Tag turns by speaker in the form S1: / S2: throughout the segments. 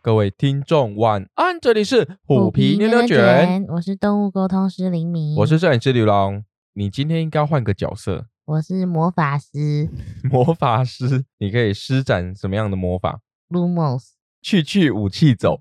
S1: 各位听众晚安，这里是虎皮牛牛卷，，
S2: 我是动物沟通师林明，
S1: 我是摄影师刘龙。你今天应该换个角 色，
S2: 我是魔法师
S1: 魔法师，你可以施展什么样的魔法？
S2: Lumos，
S1: 去去武器 走，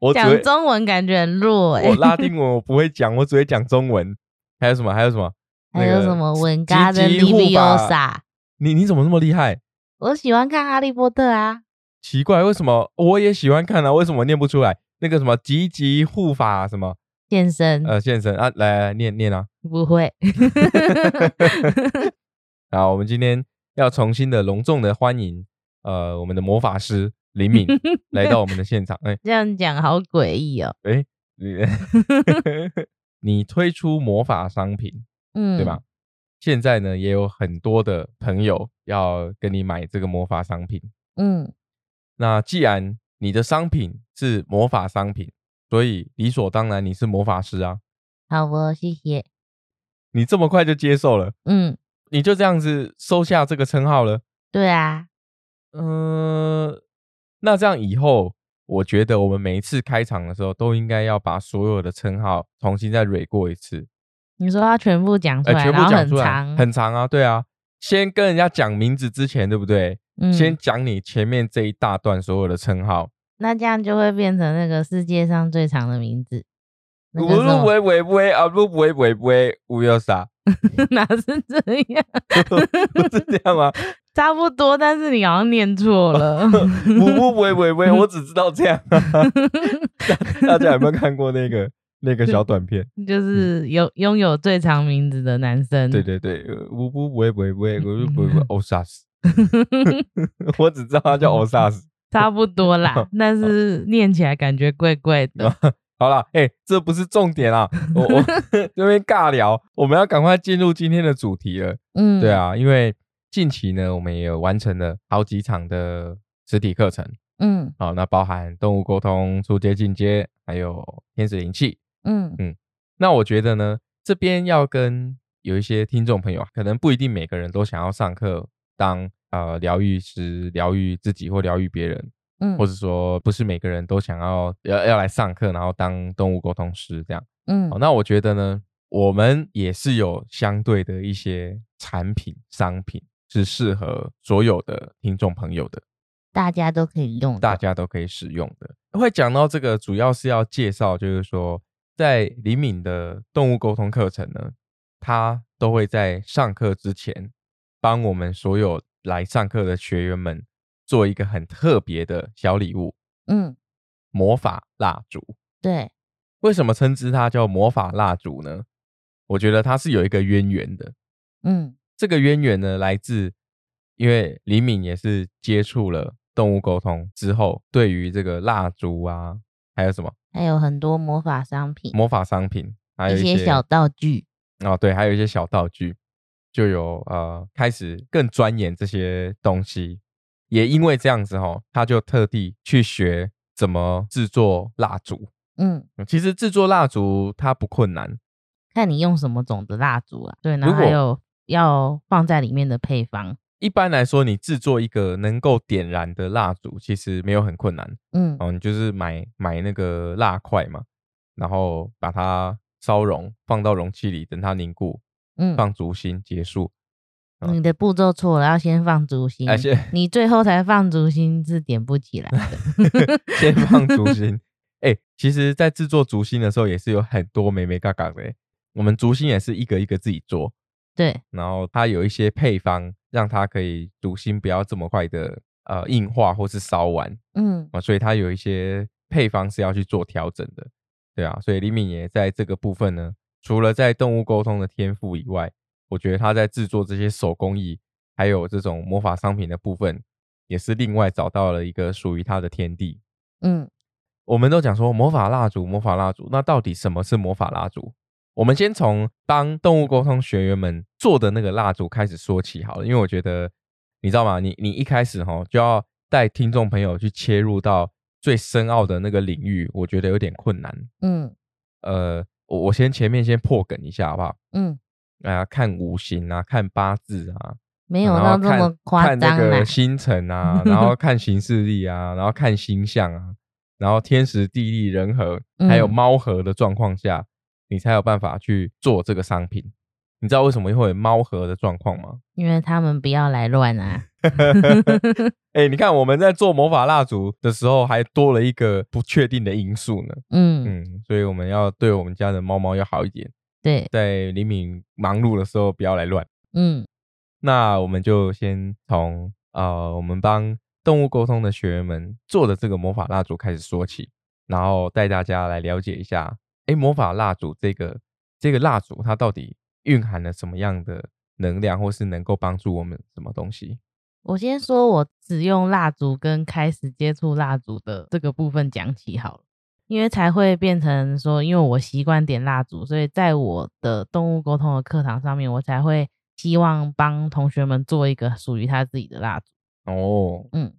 S1: 我只
S2: 讲
S1: 会
S2: 中文感觉很弱哎、
S1: 我拉丁文我不会讲，我只会讲中文。还有什么？还有什么？
S2: 还有什么文嘎的
S1: 吉吉护
S2: Liviosa，
S1: 你你怎么那么厉害？
S2: 我喜欢看哈利波特啊，
S1: 奇怪，为什么我也喜欢看啊？为什么念不出来？那个什么吉吉护法什么
S2: 健身、
S1: 呃现身啊，来来念念啊！
S2: 不 会，
S1: 好，我们今天要重新的隆重的欢迎呃我们的魔法师林敏来到我们的现场。哎
S2: 这样讲好诡异哦，
S1: 哎，你你推出魔法商品
S2: 嗯，
S1: 对吧？？现在呢也有很多的朋友要跟你买这个魔法商品。
S2: 嗯，
S1: 那既然你的商品是魔法商品，所以理所当然你是魔法师啊！
S2: 好哦，谢谢，
S1: 你这么快就接受了，
S2: 嗯，
S1: 你就这样子收下这个称号了。
S2: 对啊，
S1: 嗯，那这样以后，我觉得我们每一次开场的时候，都应该要把所有的称号重新再蕊过一次，
S2: 你说要全部讲出
S1: 呃，
S2: 来，
S1: 全部
S2: 然后
S1: 讲
S2: 很
S1: 出来，
S2: 长，
S1: 很长啊，对啊。先跟人家讲名字之前，对不对？
S2: 嗯
S1: 先讲你前面这一大段所有的称号。
S2: 那这样就会变成那个世界上最长的名字。那
S1: 呜
S2: 个
S1: 噜
S2: 什
S1: 喂喂喂啊，噜喂喂喂，乌有啥？
S2: 么 哪是这样？
S1: 不是这样吗？
S2: 差不多，但是你好像念错了。
S1: 呜呜喂喂喂，我只知道这样、啊。大家有没有看过那个那个小短片？
S2: 就是有拥有最长名字的男生。
S1: 对对对，呃呜呜喂喂喂，我就哦不会欧萨斯，嗯 我只知道他叫欧哦萨斯。
S2: 差不 多啦，但是念起来感觉怪怪的。
S1: 好了，哎、这不是重点啊，我我这边尬聊，我们要赶快进入今天的主题了。
S2: 嗯，
S1: 对，啊，因为近期呢，我们也有完成了好几场的实体课程，
S2: 嗯
S1: 好，那包含动物沟通、初阶进阶，还有天使灵气，
S2: 嗯
S1: 那我觉得呢，这边要跟有一些听众朋友，可能不一定每个人都想要上课当呃疗愈师，疗愈自己或疗愈别人，
S2: 嗯，
S1: 或者说不是每个人都想要要要来上课，然后当动物沟通师这样。
S2: 嗯
S1: 好，那我觉得呢，我们也是有相对的一些产品商品是适合所有的听众朋友的，
S2: 大家都可以用的。
S1: 大家都可以使用的。会讲到这个，主要是要介绍，就是说，在李敏的动物沟通课程呢，他都会在上课之前，帮我们所有来上课的学员们做一个很特别的小礼物
S2: 嗯，
S1: ——魔法蜡烛。
S2: 对，
S1: 为什么称之它叫魔法蜡烛呢？我觉得它是有一个渊源的。
S2: 嗯
S1: 这个渊源呢，来自因为李敏也是接触了动物沟通之后，对于这个蜡烛啊，还有什么
S2: 还有很多魔法商品，
S1: 魔法商品，还有
S2: 一
S1: 些
S2: 些小道具。
S1: 哦，对，还有一些小道具，就有呃开始更钻研这些东西。也因为这样子哦，他就特地去学怎么制作蜡烛。
S2: 嗯，
S1: 其实制作蜡烛它不困难，
S2: 看你用什么种的蜡烛啊。对，然
S1: 如
S2: 后还
S1: 果
S2: 有要放在里面的配方。
S1: 一般来说，你制作一个能够点燃的蜡烛，其实没有很困难。
S2: 嗯
S1: 哦，你就是买买那个蜡块嘛，然后把它烧熔，放到容器里，等它凝固，
S2: 嗯，
S1: 放烛心结束。
S2: 你的步骤错了，要先放烛心，
S1: 哎、先
S2: 你最后才放烛心是点不起来的。
S1: 先放烛心。 哎、其实，在制作烛心的时候，也是有很多美美嘎嘎的欸、我们烛心也是一个一个自己做，
S2: 对，
S1: 然后它有一些配方，让它可以烛心不要这么快的呃硬化或是烧完。
S2: 嗯
S1: 啊，所以它有一些配方是要去做调整的，对啊，所以李敏也在这个部分呢，除了在动物沟通的天赋以外，我觉得他在制作这些手工艺，还有这种魔法商品的部分，也是另外找到了一个属于他的天地。
S2: 嗯
S1: 我们都讲说魔法蜡烛，魔法蜡烛，那到底什么是魔法蜡烛？我们先从帮动物沟通学员们做的那个蜡烛开始说起好了，因为我觉得你知道吗？你你一开始哈就要带听众朋友去切入到最深奥的那个领域，我觉得有点困难。
S2: 嗯
S1: 呃，我我先前面先破梗一下好不好？
S2: 嗯，
S1: 啊、看五行啊，看八字啊，
S2: 没有
S1: 然后
S2: 到这
S1: 看
S2: 么夸
S1: 看那
S2: 张
S1: 个
S2: 啦。
S1: 星辰 啊，然后看行事历啊，然后看星象啊，然后天时地利人和，还有
S2: 嗯
S1: 猫和的状况下，你才有办法去做这个商品。你知道为什么会有猫和的状况吗？
S2: 因为他们不要来乱啊。
S1: 哎、你看我们在做魔法蜡烛的时候，还多了一个不确定的因素呢。
S2: 嗯，
S1: 嗯，所以我们要对我们家的猫猫要好一点，
S2: 对，
S1: 在李敏忙碌的时候不要来乱。
S2: 嗯
S1: 那我们就先从呃，我们帮动物沟通的学员们做的这个魔法蜡烛开始说起，然后带大家来了解一下，诶，魔法蜡烛这个这个蜡烛它到底蕴含了什么样的能量，或是能够帮助我们什么东西？
S2: 我先说我使用蜡烛跟开始接触蜡烛的这个部分讲起好了，因为才会变成说，因为我习惯点蜡烛，所以在我的动物沟通的课堂上面，我才会希望帮同学们做一个属于他自己的蜡烛。
S1: 哦，
S2: 嗯，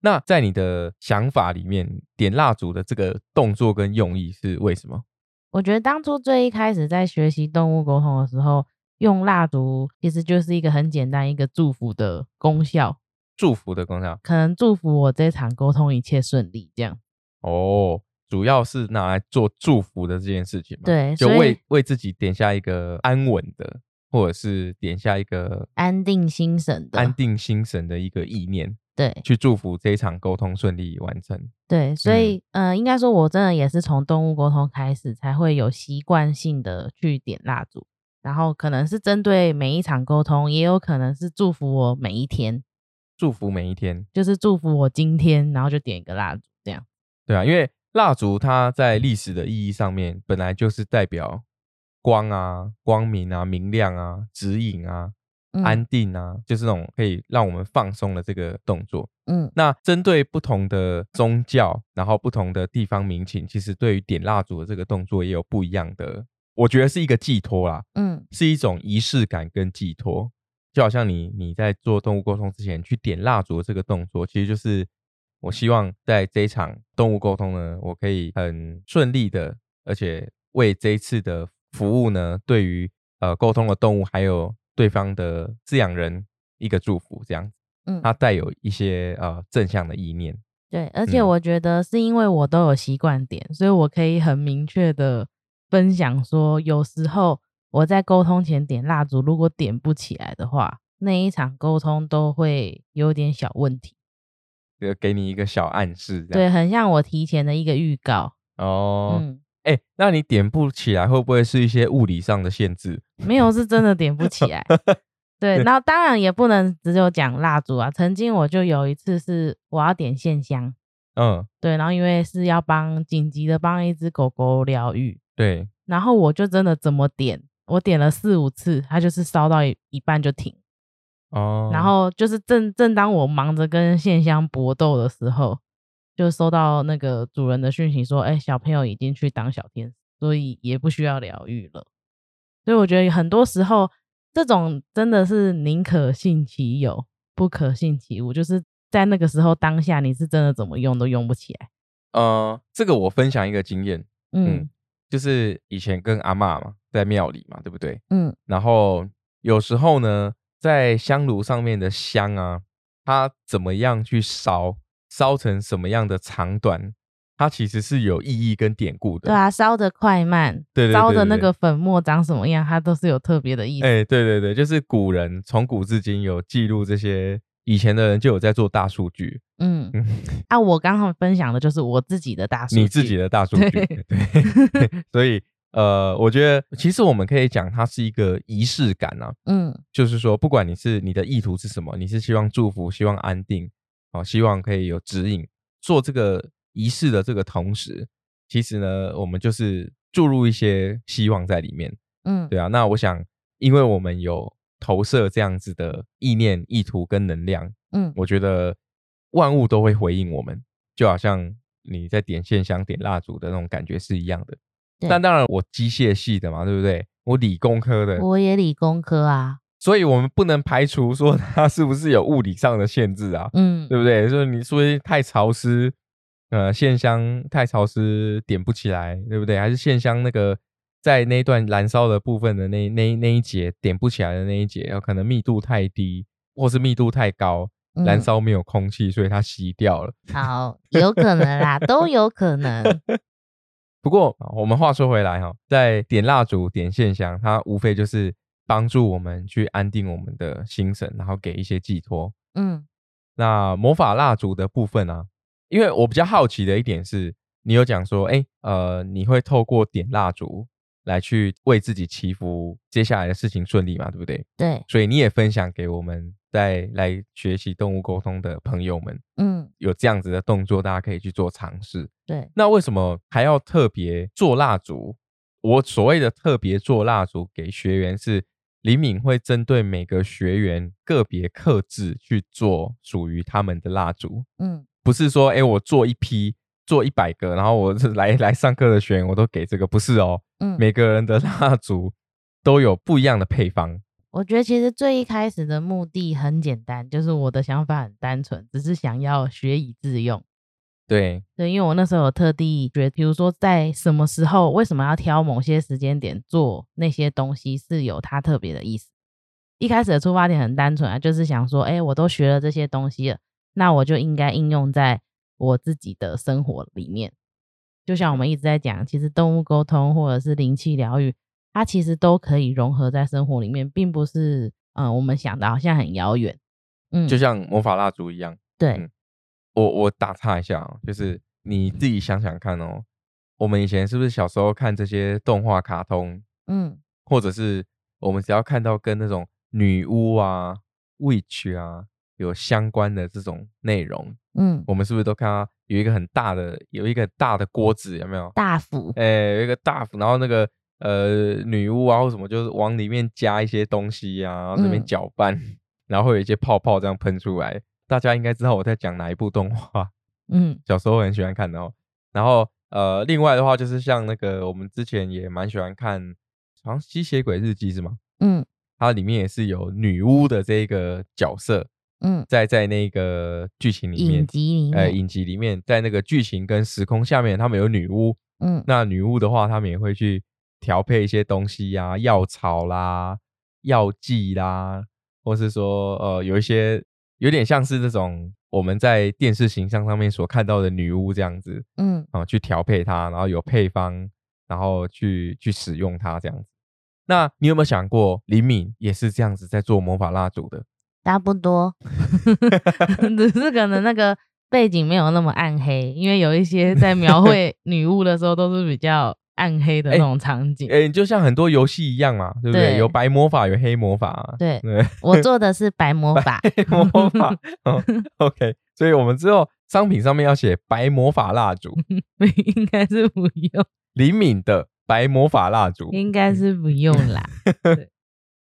S1: 那在你的想法里面，点蜡烛的这个动作跟用意是为什么？
S2: 我觉得当初最一开始在学习动物沟通的时候，用蜡烛其实就是一个很简单一个祝福的功效，
S1: 祝福的功效
S2: 可能祝福我这场沟通一切顺利这样。
S1: 哦，主要是拿来做祝福的这件事情嘛。
S2: 对，
S1: 就
S2: 所以
S1: 为为自己点下一个安稳的，或者是点下一个
S2: 安定心神的
S1: 安定心神的一个意念，
S2: 对
S1: 去祝福这一场沟通顺利完成。
S2: 对，所
S1: 嗯
S2: 以、呃，应该说我真的也是从动物沟通开始，才会有习惯性的去点蜡烛，然后可能是针对每一场沟通，也有可能是祝福我每一天，
S1: 祝福每一天，
S2: 就是祝福我今天，然后就点一个蜡烛这样。
S1: 对啊，因为蜡烛它在历史的意义上面，本来就是代表光啊、光明啊、明亮啊、指引啊、
S2: 嗯
S1: 安定啊，就是那种可以让我们放松的这个动作。
S2: 嗯
S1: 那针对不同的宗教，然后不同的地方民情，其实对于点蜡烛的这个动作也有不一样的，我觉得是一个寄托啦，
S2: 嗯
S1: 是一种仪式感跟寄托。就好像你你在做动物沟通之前去点蜡烛的这个动作，其实就是我希望在这一场动物沟通呢，我可以很顺利的，而且为这一次的服务呢，对于呃沟通的动物还有对方的饲养人一个祝福，这样子。
S2: 嗯，
S1: 它带有一些呃正向的意念。
S2: 对，而且
S1: 嗯
S2: 我觉得是因为我都有习惯点，所以我可以很明确的分享说，有时候我在沟通前点蜡烛，如果点不起来的话，那一场沟通都会有点小问题。
S1: 呃，给你一个小暗示，这
S2: 对，
S1: 样
S2: 很像我提前的一个预告。
S1: 哦，
S2: 嗯，
S1: 哎、那你点不起来，会不会是一些物理上的限制？
S2: 没有是真的点不起来。 对，那当然也不能只有讲蜡烛啊。曾经我就有一次是我要点线香，
S1: 嗯，
S2: 对，然后因为是要帮紧急的帮一只狗狗疗愈，
S1: 对，
S2: 然后我就真的怎么点，我点了四五次，它就是烧到一一半就停。
S1: 哦，
S2: 然后就是正正当我忙着跟线香搏斗的时候，就收到那个主人的讯息说，哎、小朋友已经去当小天使，所以也不需要疗愈了。所以我觉得很多时候这种真的是宁可信其有，不可信其无，就是在那个时候当下你是真的怎么用都用不起来。
S1: 呃，这个我分享一个经验，嗯
S2: 嗯
S1: 就是以前跟阿嬷嘛，在庙里嘛，对不对？
S2: 嗯
S1: 然后有时候呢，在香炉上面的香啊，它怎么样去烧，烧成什么样的长短，它其实是有意义跟典故的。
S2: 对啊，烧的快慢，
S1: 对对对
S2: 烧的
S1: 对
S2: 那
S1: 对
S2: 个粉末长什么样，它都是有特别的意思。
S1: 哎、对对对，就是古人从古至今有记录这些，以前的人就有在做大数据，
S2: 嗯
S1: 嗯，
S2: 啊，我刚刚分享的就是我自己的大数据，
S1: 你自己的大数据，
S2: 对
S1: 对，所以呃，我觉得其实我们可以讲它是一个仪式感啊，
S2: 嗯
S1: 就是说，不管你是你的意图是什么，你是希望祝福，希望安定，啊、希望可以有指引，做这个仪式的这个同时，其实呢，我们就是注入一些希望在里面，
S2: 嗯，
S1: 对啊，那我想，因为我们有投射这样子的意念、意图跟能量，
S2: 嗯
S1: 我觉得万物都会回应我们，就好像你在点线香、点蜡烛的那种感觉是一样的。
S2: 对
S1: 但当然，我机械系的嘛，对不对？我理工科的，
S2: 我也理工科啊，
S1: 所以我们不能排除说它 是不是有物理上的限制啊，
S2: 嗯
S1: 对不对？就是你说太潮湿，呃，线香太潮湿点不起来，对不对？还是线香那个在那一段燃烧的部分的那那那一节点不起来的那一节，呃有可能密度太低，或是密度太高，
S3: 嗯
S1: 燃烧没有空气，所以它熄掉了。
S3: 好，有可能啦，都有可能。
S1: 不过啊我们话说回来哈、在点蜡烛、点线香，它无非就是帮助我们去安定我们的心神，然后给一些寄托。
S3: 嗯
S1: 那魔法蜡烛的部分啊，因为我比较好奇的一点是，你有讲说，哎、呃，你会透过点蜡烛来去为自己祈福，接下来的事情顺利嘛，对不对？，
S3: 对，
S1: 所以你也分享给我们在来学习动物沟通的朋友们，
S3: 嗯
S1: 有这样子的动作，大家可以去做尝试。
S3: 对，
S1: 那为什么还要特别做蜡烛？我所谓的特别做蜡烛给学员是，李敏会针对每个学员个别克制去做属于他们的蜡烛，
S3: 嗯
S1: 不是说哎、诶我做一批做一百个，然后我是来 来上课的学员我都给这个，不是哦，
S3: 嗯，
S1: 每个人的蜡烛都有不一样的配方。
S2: 我觉得其实最一开始的目的很简单，就是我的想法很单纯，只是想要学以致用。
S1: 对，
S2: 对，因为我那时候有特地觉得，比如说在什么时候，为什么要挑某些时间点做那些东西，是有它特别的意思。一开始的出发点很单纯啊，就是想说，哎，我都学了这些东西了，那我就应该应用在我自己的生活里面。就像我们一直在讲，其实动物沟通或者是灵气疗愈，它其实都可以融合在生活里面，并不是嗯、呃我们想的好像很遥远。嗯，
S1: 就像魔法蜡烛一样。
S3: 对
S1: 嗯我我打岔一下哦，就是你自己想想看哦，我们以前是不是小时候看这些动画卡通，
S3: 嗯
S1: 或者是我们只要看到跟那种女巫啊、witch 啊有相关的这种内容，
S3: 嗯，
S1: 我们是不是都看到有一个很大的有一个大的锅子，有没有？
S3: 大福，
S1: 哎，有一个大釜，然后那个呃女巫啊或什么，就是往里面加一些东西啊，然后那边
S3: 嗯
S1: 搅拌， 然后会有一些泡泡这样喷出来。大家应该知道我在讲哪一部动画，
S2: 嗯
S1: 小时候很喜欢看的哦。然后呃，另外的话就是像那个我们之前也蛮喜欢看，好像《吸血鬼日记》是吗？
S3: 嗯
S1: 它里面也是有女巫的这个角色，
S3: 嗯，
S1: 在在那个剧情里面
S3: 影，集里
S1: 呃，
S3: 面，
S1: 影集里面，在那个剧情跟时空下面，他们有女巫，
S3: 嗯
S1: 那女巫的话，他们也会去调配一些东西呀、药草啦、药剂啦，或是说呃有一些有点像是那种我们在电视形象上面所看到的女巫这样子
S3: 嗯
S1: 啊、去调配它，然后有配方，然后去去使用它这样子。那你有没有想过，李敏也是这样子在做魔法蜡烛的？
S3: 差不 多，
S2: 只是可能那个背景没有那么暗黑，因为有一些在描 绘女巫的时候都是比较暗黑
S1: 哎
S2: 的那种场景。
S1: 诶、就像很多游戏一样嘛，对不对？
S2: 对
S1: 有白魔法，有黑魔法啊、
S3: 对
S1: 对，
S3: 我做的是白魔法，
S1: 白魔法。哦 OK，所以我们之后商品上面要写白魔法蜡烛，
S2: 应该是不 用，
S1: 李敏的白魔法蜡烛。
S2: 应该是不用 啦。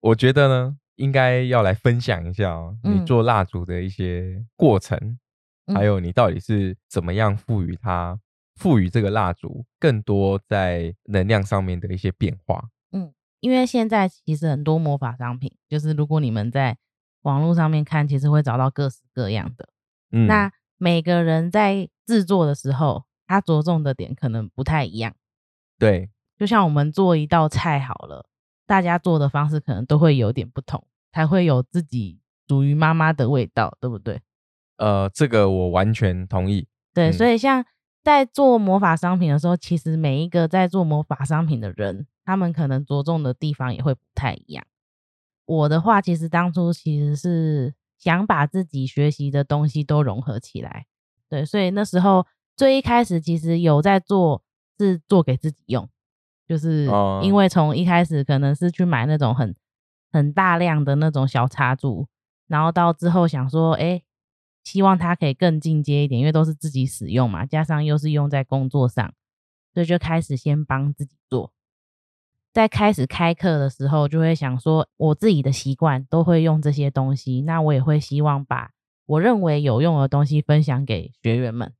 S1: 我觉得呢，应该要来分享一下、哦、你
S3: 嗯
S1: 做蜡烛的一些过程，
S3: 嗯
S1: 还有你到底是怎么样赋予它。赋予这个蜡烛更多在能量上面的一些变化，
S2: 因为现在其实很多魔法商品，就是如果你们在网络上面看，其实会找到各式各样的。
S1: 嗯，
S2: 那每个人在制作的时候，他着重的点可能不太一样。
S1: 对
S2: 就像我们做一道菜好了，大家做的方式可能都会有点不同，才会有自己属于妈妈的味道，对不对？
S1: 呃，这个我完全同意，
S2: 对，
S1: 嗯
S2: 所以像在做魔法商品的时候，其实每一个在做魔法商品的人，他们可能着重的地方也会不太一样。我的话，其实当初其实是想把自己学习的东西都融合起来，对，所以那时候最一开始其实有在做，是做给自己用，就是
S1: 哦
S2: 因为从一开始可能是去买那种很很大量的那种小插柱，然后到之后想说，哎、希望它可以更进阶一点，因为都是自己使用嘛，加上又是用在工作上，所以就开始先帮自己做。在开始开课的时候，就会想说，我自己的习惯都会用这些东西，那我也会希望把我认为有用的东西分享给学员们，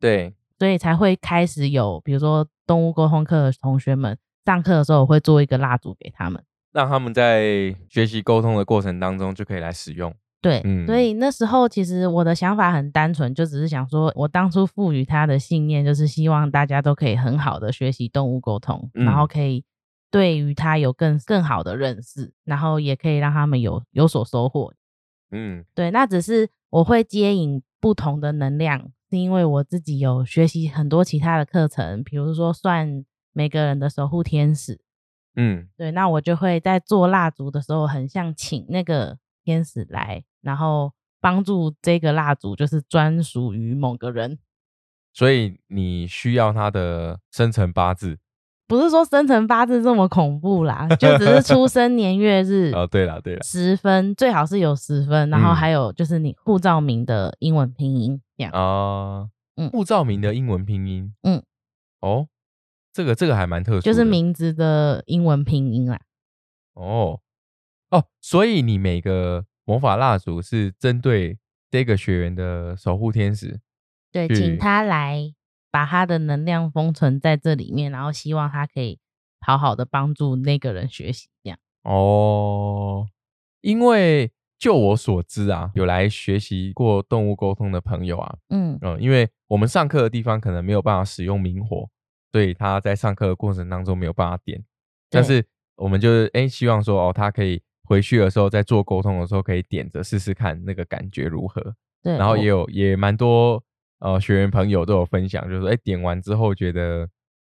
S1: 对，
S2: 所以才会开始有，比如说动物沟通课的同学们上课的时候，我会做一个蜡烛给他们。
S1: 让他们在学习沟通的过程当中就可以来使用，
S2: 对，
S1: 嗯
S2: 所以那时候其实我的想法很单纯，就只是想说，我当初赋予他的信念就是希望大家都可以很好的学习动物沟通，
S1: 嗯
S2: 然后可以对于它有更更好的认识，然后也可以让他们有有所收获。
S1: 嗯，
S2: 对，那只是我会接引不同的能量，是因为我自己有学习很多其他的课程，比如说算每个人的守护天使。
S1: 嗯，
S2: 对，那我就会在做蜡烛的时候，很像请那个天使来，然后帮助这个蜡烛，就是专属于某个人，
S1: 所以你需要他的生辰八字
S2: 不是说生辰八字这么恐怖啦，就只是 出生年月日
S1: 哦。对了对了，
S2: 十分，最好是有十分，然后
S1: 嗯
S2: 还有就是你护照名的英文拼音这样。
S1: 啊，
S2: 嗯
S1: 护照名的英文拼音，
S2: 嗯，
S1: 哦，这个这个还蛮特殊的，
S2: 就是名字的英文拼音啦。
S1: 哦哦，所以你每个魔法蜡烛是针对这个学员的守护天使，
S3: 对，
S1: 是
S3: 请他来，
S2: 把他的能量封存在这里面，然后希望他可以好好的帮助那个人学习。这样，
S1: 哦，因为就我所知啊，有来学习过动物沟通的朋友啊，
S2: 嗯，
S1: 嗯，因为我们上课的地方可能没有办法使用明火，所以他在上课的过程当中没有办法点，但
S2: 对
S1: 是我们就是哎、诶希望说哦，他可以回去的时候在做沟通的时候可以点着试试看那个感觉如何，
S2: 对。
S3: 嗯
S1: 然后
S2: 我
S1: 也有也蛮多呃学员朋友都有分享，就是说哎、诶点完之后觉得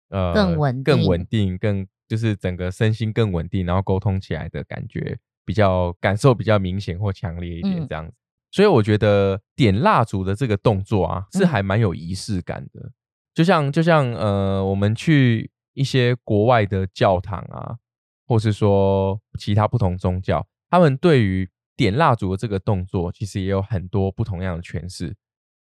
S1: 呃
S3: 更稳
S1: 更
S3: 定
S1: 稳定更就是整个身心更稳定，然后沟通起来的感觉比较感受比较明显或强烈一点
S2: 嗯
S1: 这样子。所以我觉得点蜡烛的这个动作啊，是
S2: 嗯
S1: 还蛮有仪式感的。就像就像呃，我们去一些国外的教堂啊，或是说其他不同宗教，他们对于点蜡烛的这个动作，其实也有很多不同样的诠释。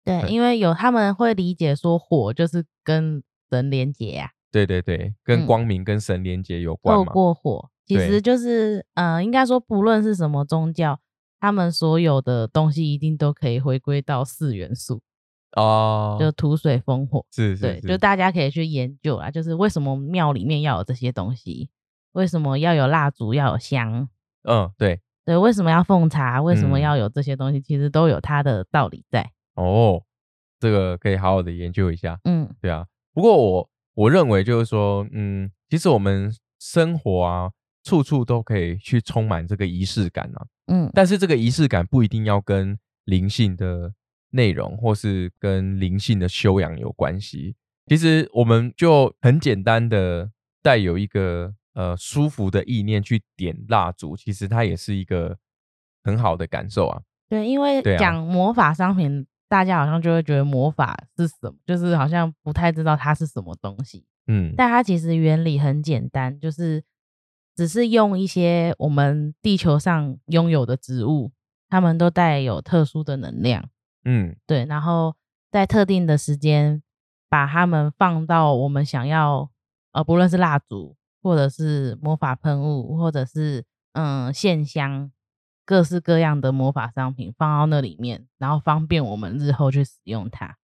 S3: 对
S1: 对
S2: 因为有他们会理解说火就是跟神连结呀、
S1: 对对对，跟
S2: 嗯
S1: 光明、跟神连接有关
S2: 透
S1: 嘛。
S2: 过火，其
S1: 对
S2: 实就是呃，应该说不论是什么宗教，他们所有的东西一定都可以回归到四元素，
S1: 哦，
S2: 就土水风火。
S1: 是是
S2: 对，
S1: 是，
S2: 就大家可以去研究啦，就是为什么庙里面要有这些东西，为什么要有蜡烛，要有香，
S1: 嗯，对，
S2: 对，为什么要奉茶，为什么
S1: 嗯
S2: 要有这些东西，其实都有它的道理在。
S1: 哦，这个可以好好的研究一下。
S2: 嗯，
S1: 对啊，不过我我认为就是说，嗯，其实我们生活啊，处处都可以去充满这个仪式感啊。
S2: 嗯
S1: 但是这个仪式感不一定要跟灵性的内容或是跟灵性的修养有关系。其实我们就很简单的带有一个呃舒服的意念去点蜡烛，其实它也是一个很好的感受啊。
S2: 对，因为
S1: 对啊
S2: 讲魔法商品，大家好像就会觉得魔法是什么，就是好像不太知道它是什么东西，
S1: 嗯，
S2: 但它其实原理很简单，就是只是用一些我们地球上拥有的植物，它们都带有特殊的能量。
S1: 嗯
S2: 对，然后在特定的时间把它们放到我们想要，呃，不论是蜡烛，或者是魔法喷雾，或者是嗯线香，各式各样的魔法商品放到那里面，然后方便我们日后去使用它。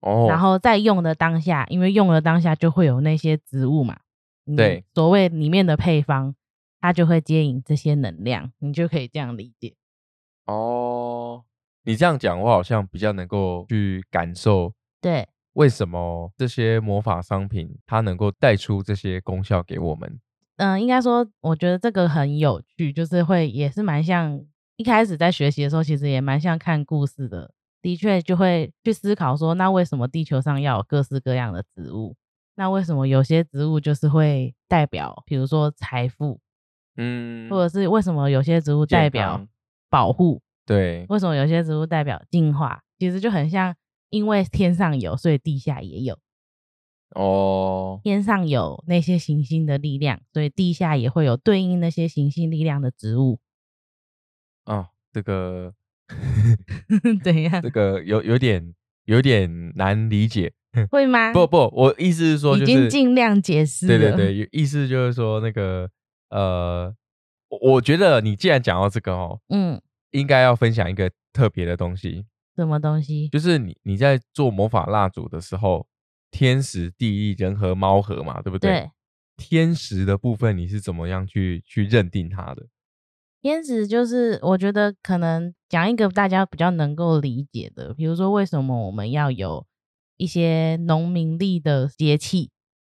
S1: 哦，
S2: 然后在用的当下，因为用的当下就会有那些植物嘛，嗯
S1: 对，
S2: 所谓里面的配方，它就会接引这些能量，你就可以这样理解。
S1: 哦，你这样讲，我好像比较能够去感受
S3: 对，
S1: 为什么这些魔法商品它能够带出这些功效给我们。
S2: 嗯、应该说，我觉得这个很有趣，就是会也是蛮像一开始在学习的时候，其实也蛮像看故事的。的确，就会去思考说，那为什么地球上要有各式各样的植物？那为什么有些植物就是会代表，比如说财富，
S1: 嗯
S2: 或者是为什么有些植物
S1: 健
S2: 代表
S1: 康
S2: 保护？
S1: 对，
S2: 为什么有些植物代表进化？其实就很像，因为天上有，所以地下也有。
S1: 哦，
S2: 天上有那些行星的力量，所以地下也会有对应那些行星力量的植物。
S1: 啊，这个
S2: 怎样
S1: 这？个有有点有点难理解。
S2: 会吗？
S1: 不，不，我意思是说，就
S2: 已
S1: 是
S2: 经尽量解释
S1: 对对
S2: 了
S1: 对，意思就是说那个呃，我我觉得你既然讲到这个哦，
S2: 嗯，
S1: 应该要分享一个特别的东西。
S2: 什么东西？
S1: 就是你你在做魔法蜡烛的时候，天时地利人和猫和嘛，对不对？
S3: 对
S1: 天时的部分你是怎么样去去认定它的？
S2: 天使就是，我觉得可能讲一个大家比较能够理解的，比如说为什么我们要有一些农民历的节气，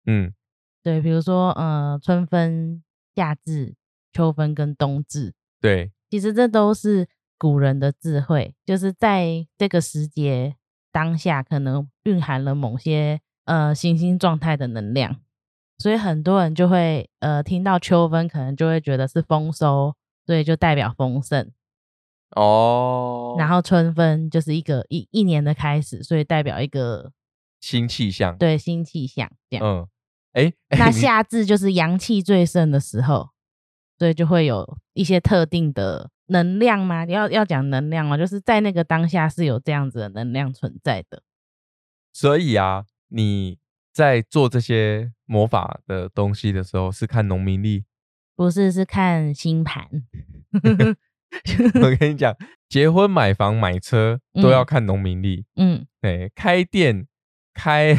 S1: 嗯，
S2: 对，比如说呃，春分、夏至、秋分跟冬至，
S1: 对，
S2: 其实这都是古人的智慧，就是在这个时节当下，可能蕴含了某些呃行星状态的能量，所以很多人就会呃听到秋分，可能就会觉得是丰收，所以就代表丰盛；
S1: 哦，
S2: 然后春分就是一个一一年的开始，所以代表一个
S1: 新气象，，
S2: 对新气象这样。
S1: 嗯，哎，哎
S2: 那
S1: 你
S2: 夏至就是阳气最盛的时候，所以就会有一些特定的能量吗？要要讲能量吗？就是在那个当下是有这样子的能量存在的。
S1: 所以啊，你在做这些魔法的东西的时候，是看农民历。
S2: 不是，是看星盘。
S1: 我跟你讲，结婚、买房、买车都要看农民历，
S2: 嗯，
S1: 哎、开店、开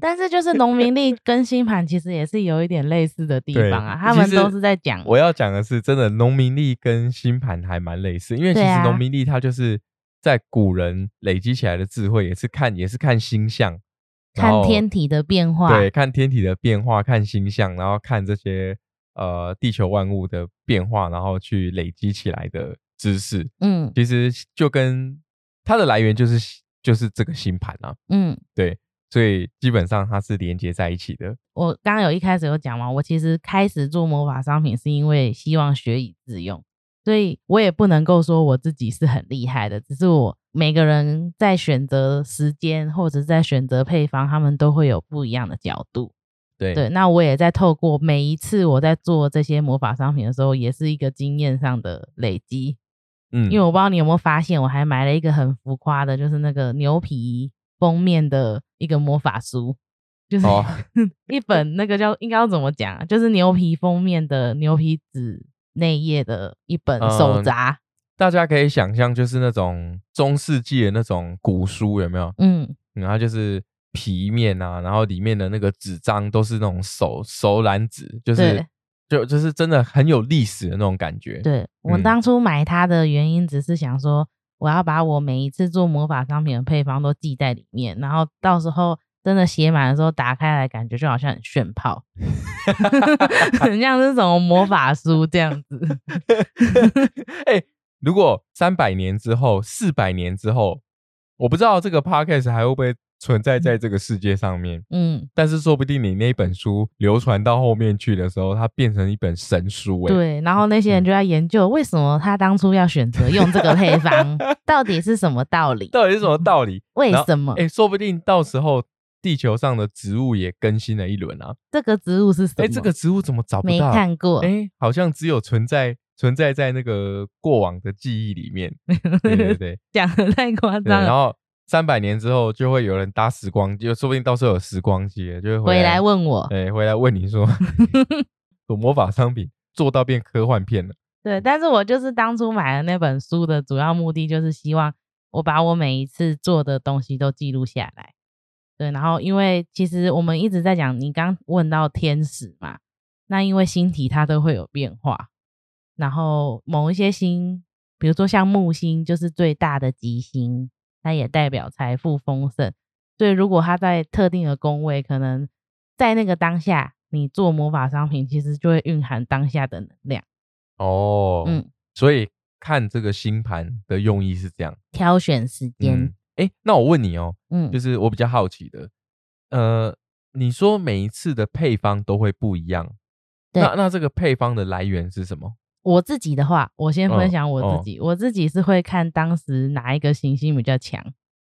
S2: 但是就是农民历跟星盘其实也是有一点类似的地
S1: 对
S2: 方啊，他
S1: 其
S2: 们
S1: 实
S2: 都是在
S3: 嗯
S2: 讲，
S1: 我要讲的是，真的农民历跟星盘还蛮类似，因为其
S2: 对
S1: 实
S2: 啊
S1: 农民历它就是在古人累积起来的智慧，也是看也是看星象，然
S3: 看
S1: 后
S3: 天体的变化，
S1: 对，看天体的变化，看星象，然后看这些呃地球万物的变化，然后去累积起来的知识，
S3: 嗯
S1: 其实就跟它的来源就是就是这个星盘啊，
S3: 嗯，
S1: 所以基本上它是连接在一起的。
S2: 我刚刚有一开始有讲嘛，我其实开始做魔法商品是因为希望学以致用，所以我也不能够说我自己是很厉害的，只是我每个人在选择时间或者在选择配方，他们都会有不一样的角度。
S1: 对
S2: 对，那我也在透过每一次我在做这些魔法商品的时候，也是一个经验上的累积。
S1: 嗯，
S2: 因为我不知道你有没有发现，我还买了一个很浮夸的，就是那个牛皮封面的一个魔法书，就是、
S1: 哦
S2: 一本那个叫应该要怎么讲啊，就是牛皮封面的牛皮纸内页的一本手
S1: 嗯
S2: 札，
S1: 大家可以想象，就是那种中世纪的那种古书，有没有？
S2: 嗯，
S1: 然后就是皮面啊，然后里面的那个纸张都是那种手手染纸，就是
S2: 对
S1: 就就是真的很有历史的那种感觉。
S2: 对 我
S1: 嗯
S2: 当初买它的原因只是想说，我要把我每一次做魔法商品的配方都记在里面，然后到时候真的写满的时候打开来，感觉就好像很炫 炮，很像是什么魔法书这样子。
S1: 哎、如果三百年之后、四百年之后，我不知道这个 podcast 还会不会存在在这个世界上面，
S2: 嗯，
S1: 但是说不定你那本书流传到后面去的时候，它变成一本神书、哎，
S2: 对。然后那些人就在研究为什么他当初要选择用这个配 方，到底是什么道理？
S1: 到底是什么道理？
S2: 为
S1: 然后
S2: 什么
S1: 哎、说不定到时候地球上的植物也更新了一轮啊！
S2: 这个植物是什么？
S1: 哎、这个植物怎么找不
S2: 没
S1: 到？
S2: 看过
S1: 哎、。好像只有存在存在在那个过往的记忆里 面。对对对，
S2: 讲的太夸
S1: 对
S2: 张
S1: 然
S2: 了。
S1: 后三百年之后就会有人搭时光机，就说不定到时候有时光机了，就会
S2: 回来
S1: 来
S2: 问我，
S1: 哎，回来问你 说，我魔法商品做到变科幻片了。
S2: 对，但是我就是当初买的那本书的主要目的就是希望我把我每一次做的东西都记录下来。对，然后因为其实我们一直在讲，你刚问到天使嘛，那因为星体它都会有变化，然后某一些星，比如说像木星就是最大的吉星，它也代表财富丰盛，所以如果它在特定的宫位，可能在那个当下，你做魔法商品其实就会蕴含当下的能量。
S1: 哦，
S2: 嗯，
S1: 所以看这个星盘的用意是这样。
S2: 挑选时间
S1: 嗯，，哎、那我问你哦，
S2: 嗯，
S1: 就是我比较好奇的，呃，你说每一次的配方都会不一样，
S3: 对
S1: 那那这个配方的来源是什么？
S2: 我自己的话，我先分
S1: 嗯
S2: 享我
S1: 哦
S2: 自己，我自己是会看当时哪一个行星比较强，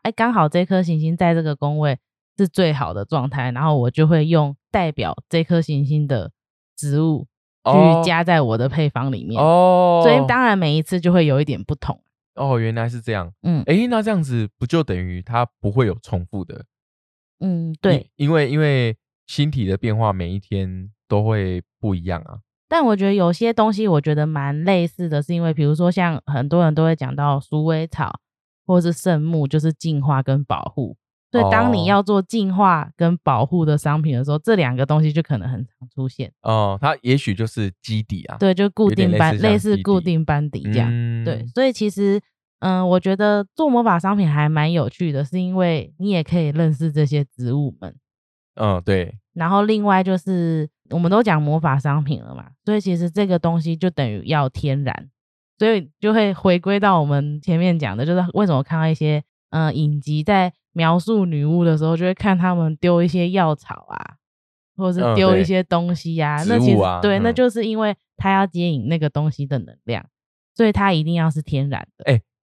S2: 哎，刚好这颗行星在这个宫位是最好的状态，然后我就会用代表这颗行星的植物
S1: 哦
S2: 去加在我的配方里面，
S1: 哦，
S2: 所以当然每一次就会有一点不同。
S1: 哦，原来是这样。
S2: 嗯
S1: 哎，那这样子不就等于它不会有重复的？
S2: 嗯，对，
S1: 因，因为因为星体的变化每一天都会不一样啊。
S2: 但我觉得有些东西，我觉得蛮类似的，是因为比如说像很多人都会讲到鼠尾草或是圣木，就是净化跟保护。所以当
S1: 哦
S2: 你要做净化跟保护的商品的时候，这两个东西就可能很常出现。
S1: 哦、它也许就是基底啊。，
S2: 对，就固
S1: 有点
S2: 定
S1: 类
S2: 班，
S1: 似像
S2: 类似
S1: 基
S2: 固
S1: 底
S2: 定班底这样。
S1: 嗯
S2: 对，所以其实，嗯，我觉得做魔法商品还蛮有趣的，是因为你也可以认识这些植物们。
S1: 嗯，对，
S2: 然后另外就是我们都讲魔法商品了嘛，所以其实这个东西就等于要天然，所以就会回归到我们前面讲的，就是为什么看到一些嗯、呃影集在描述女巫的时候，就会看他们丢一些药草啊，或者
S1: 嗯
S2: 是丢
S1: 对
S2: 一些东西呀、
S1: 植
S2: 那其
S1: 物
S2: 实、
S1: 啊
S2: 对，那
S1: 嗯
S2: 就是因为它要接引那个东西的能量，所以它一定要是天然的。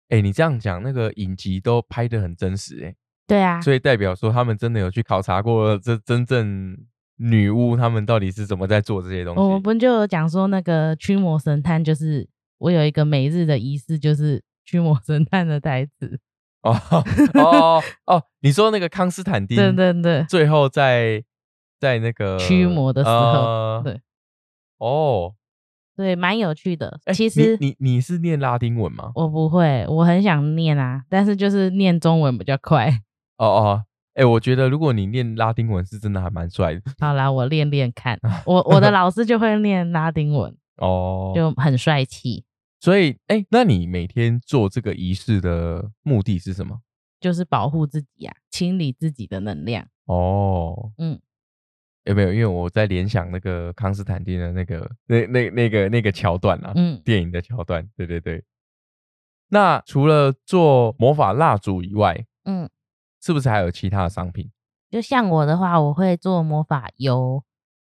S1: 哎、你这样讲，那个影集都拍得很真实、欸，
S2: 对啊，
S1: 所以代表说他们真的有去考察过这真正女巫他们到底是怎么在做这些东
S2: 我们
S1: 西。
S2: 不就有讲说那个驱魔神探，就是我有一个每日的仪式，就是驱魔神探的台词。
S1: 哦 哦哦，你说那个康斯坦丁，
S2: 对对对，
S1: 最后在在那个
S2: 驱魔的时候
S1: 呃
S2: 对
S1: 哦，
S2: 对，蛮有趣的。
S1: 哎
S2: 其实
S1: 你你你是念拉丁文吗？
S2: 我不会，我很想念啊，但是就是念中文比较快。
S1: 哦哦，哎、我觉得如果你念拉丁文是真的还蛮帅的
S2: 好啦，我练练 看。我我的老师就会念拉丁文，
S1: 哦。
S2: 就很帅气。
S1: 所以，哎、那你每天做这个仪式的目的是什么？
S2: 就是保护自己啊，清理自己的能量。
S1: 哦，
S2: 嗯，
S1: 有没有？因为我在联想那个康斯坦丁的那个那那那个那个桥段啊，
S2: 嗯，
S1: 电影的桥段。对对对。那除了做魔法蜡烛以外，
S3: 嗯，
S1: 是不是还有其他的商品？
S3: 就像我的话，我会做魔法油，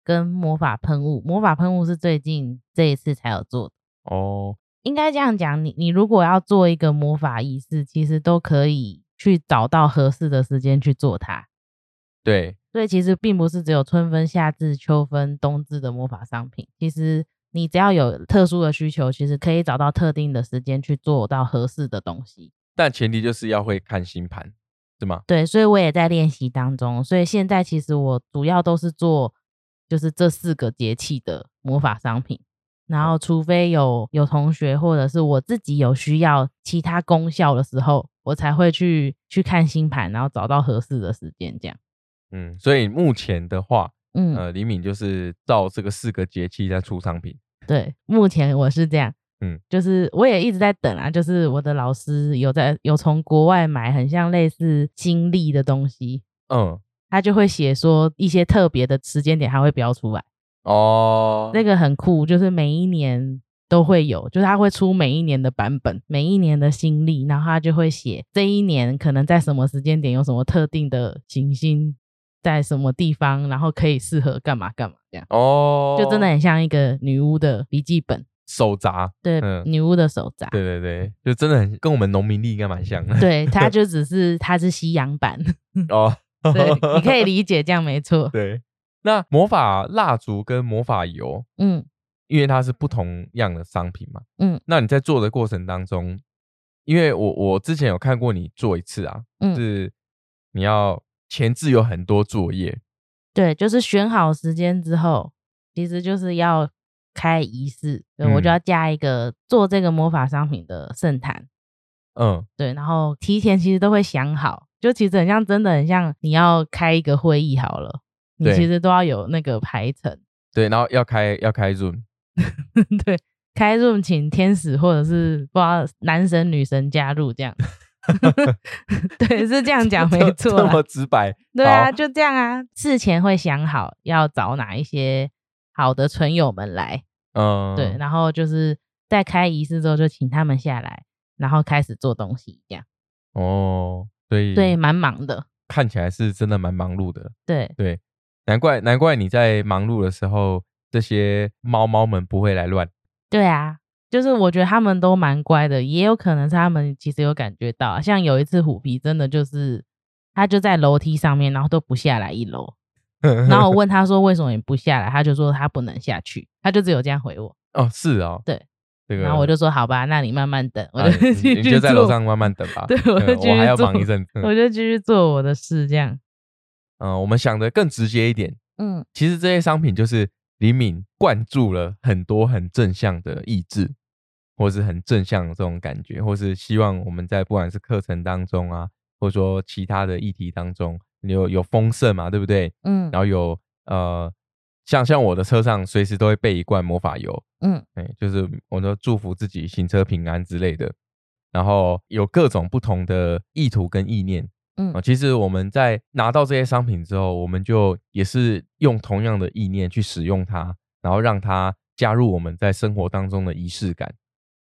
S2: 跟魔法喷雾，魔法喷雾是最近这一次才有做的。
S1: 哦，
S2: 应该这样讲，你你如果要做一个魔法仪式，其实都可以去找到合适的时间去做它。
S1: 对，
S2: 所以其实并不是只有春分、夏至、秋分、冬至的魔法商品，其实你只要有特殊的需求，其实可以找到特定的时间去做到合适的东西。
S1: 但前提就是要会看星盘，是吗？
S2: 对，所以我也在练习当中，所以现在其实我主要都是做就是这四个节气的魔法商品，然后除非有有同学或者是我自己有需要其他功效的时候，我才会去去看星盘，然后找到合适的时间这样。
S1: 嗯，所以目前的话，
S2: 嗯，
S1: 呃，李敏就是照这个四个节气在出商品。
S2: 对，目前我是这样，
S1: 嗯
S2: 嗯，就是我也一直在等啊，就是我的老师有在有从国外买很像类似经历的东西，
S1: 嗯，
S2: 他就会写说一些特别的时间点，他会标出来。
S1: 哦，
S2: 那个很酷，就是每一年都会有，就是他会出每一年的版本，每一年的新历，然后他就会写这一年可能在什么时间点有什么特定的行星在什么地方，然后可以适合干嘛干嘛这样，
S1: 哦，
S2: 就真的很像一个女巫的笔记本，
S1: 手札，
S2: 对，
S1: 嗯
S2: 女巫的手札。
S1: 对对对，就真的很跟我们农民历应该蛮像的。
S2: 对，它就只是它是西洋版，
S1: 哦，
S2: 对，你可以理解这样没错。
S1: 对。那魔法蜡烛跟魔法油，
S2: 嗯，
S1: 因为它是不同样的商品嘛，
S2: 嗯，
S1: 那你在做的过程当中，因为我我之前有看过你做一次啊，
S2: 嗯
S1: 是你要前置有很多作业，
S2: 对，就是选好时间之后，其实就是要开仪式，对我就
S1: 嗯
S2: 要加一个做这个魔法商品的圣坛，
S1: 嗯，
S2: 对，然后提前其实都会想好，就其实很像真的很像你要开一个会议好了，你
S1: 对
S2: 其实都要有那个排程，
S1: 对，然后要开要开 Zoom，
S2: 对，开 room 请天使或者是不知道男神女神加入这样， 对，是这样讲没
S1: 这
S2: 错
S1: 这
S2: 啦，
S1: 么直白，
S2: 对啊，
S1: 好
S2: 就这样啊，事前会想好要找哪一些好的存友们来。
S1: 嗯，
S2: 对，，然后就是在开仪式之后，就请他们下来，然后开始做东西，这样
S1: 哦，所以
S2: 对，蛮忙的，
S1: 看起来是真的蛮忙碌的，
S2: 对，
S1: 难怪难怪你在忙碌的时候，这些猫猫们不会来乱，
S2: 对啊，就是我觉得他们都蛮乖的，也有可能是他们其实有感觉到啊，像有一次虎皮真的就是他就在楼梯上面，然后都不下来一 楼，然后我问他说为什么你不下来，他就说他不能下去，他就只有这样回我，
S1: 哦，是哦，
S2: 对，
S1: 这个，
S2: 然后我就说好吧，那你慢慢 等，我
S1: 啊
S2: 就
S1: 你
S2: 继
S1: 你
S2: 续
S1: 就在楼
S2: 做，
S1: 上慢慢等吧。
S2: 对我就
S1: 嗯
S2: 继
S1: 我还
S2: 续
S1: 要
S2: 做
S1: 忙一阵子。
S2: 我就继续做我的事，这样，
S1: 嗯，我们想的更直接一点，
S3: 嗯，
S1: 其实这些商品就是李敏灌注了很多很正向的意志，或是很正向的这种感觉，或是希望我们在不管是课程当中啊，或者说其他的议题当中，有有丰盛嘛，对不对？
S3: 嗯
S1: 然后有呃，像像我的车上随时都会备一罐魔法油，
S3: 嗯，
S1: 哎、就是我都祝福自己行车平安之类的，然后有各种不同的意图跟意念，
S2: 嗯
S1: 啊，其实我们在拿到这些商品之后，我们就也是用同样的意念去使用它，然后让它加入我们在生活当中的仪式感。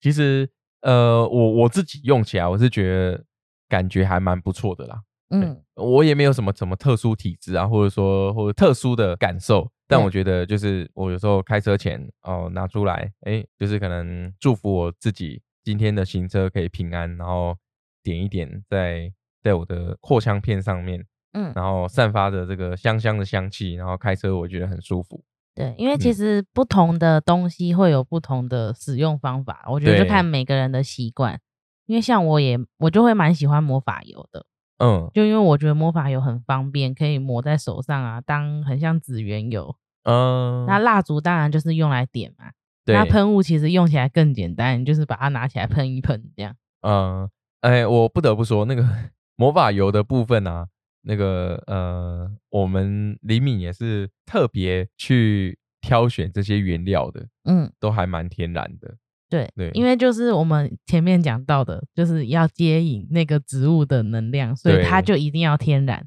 S1: 其实，呃，我我自己用起来，我是觉得感觉还蛮不错的啦。
S2: 嗯
S1: 我也没有什么什么特殊体质啊，或者说或者特殊的感受，但
S2: 嗯
S1: 我觉得就是我有时候开车前哦拿出来，哎，就是可能祝福我自己今天的行车可以平安，然后点一点在在我的扩香片上面，
S2: 嗯，
S1: 然后散发着这个香香的香气，然后开车我觉得很舒服。
S2: 对，因为
S1: 嗯
S2: 其实不同的东西会有不同的使
S4: 使
S2: 用
S4: 用
S2: 方
S4: 方
S2: 法
S4: 法，，
S2: 我
S4: 我
S2: 觉得就
S1: 对
S2: 看
S4: 看
S2: 每
S4: 每
S2: 个
S4: 个
S2: 人
S4: 人
S2: 的
S4: 的
S2: 习
S4: 习
S2: 惯
S4: 惯。。
S2: 因为像我也我就会蛮喜欢魔法油的，
S1: 嗯
S4: 就因为我
S2: 我
S4: 觉
S2: 觉得
S4: 得魔
S2: 魔
S4: 法
S2: 法
S4: 油
S2: 油
S4: 很
S2: 很
S4: 方
S2: 方
S4: 便，
S2: 便，
S4: 可
S2: 可
S4: 以
S2: 以
S4: 抹
S2: 抹
S4: 在
S2: 在
S4: 手
S2: 手
S4: 上
S2: 上
S4: 啊，
S2: 啊，
S4: 当
S2: 当
S4: 很
S2: 很
S4: 像
S2: 像
S4: 指
S2: 指
S4: 缘
S2: 缘
S4: 油
S2: 油。。
S1: 嗯，
S4: 那蜡烛当然就是用来点嘛，那
S1: 对
S4: 喷雾其实用起来更简单，你就是把它拿起来喷一喷这样。
S1: 嗯，哎，我不得不说，那个 魔法油的部分啊，那个呃，我们李敏也是特别去挑选这些原料的，
S2: 嗯，
S1: 都还蛮天然的。
S2: 对
S1: 对，
S4: 因为就是我们前面讲到的，就是要接引那个植物的能量，所以它就
S1: 对
S4: 一定要天然。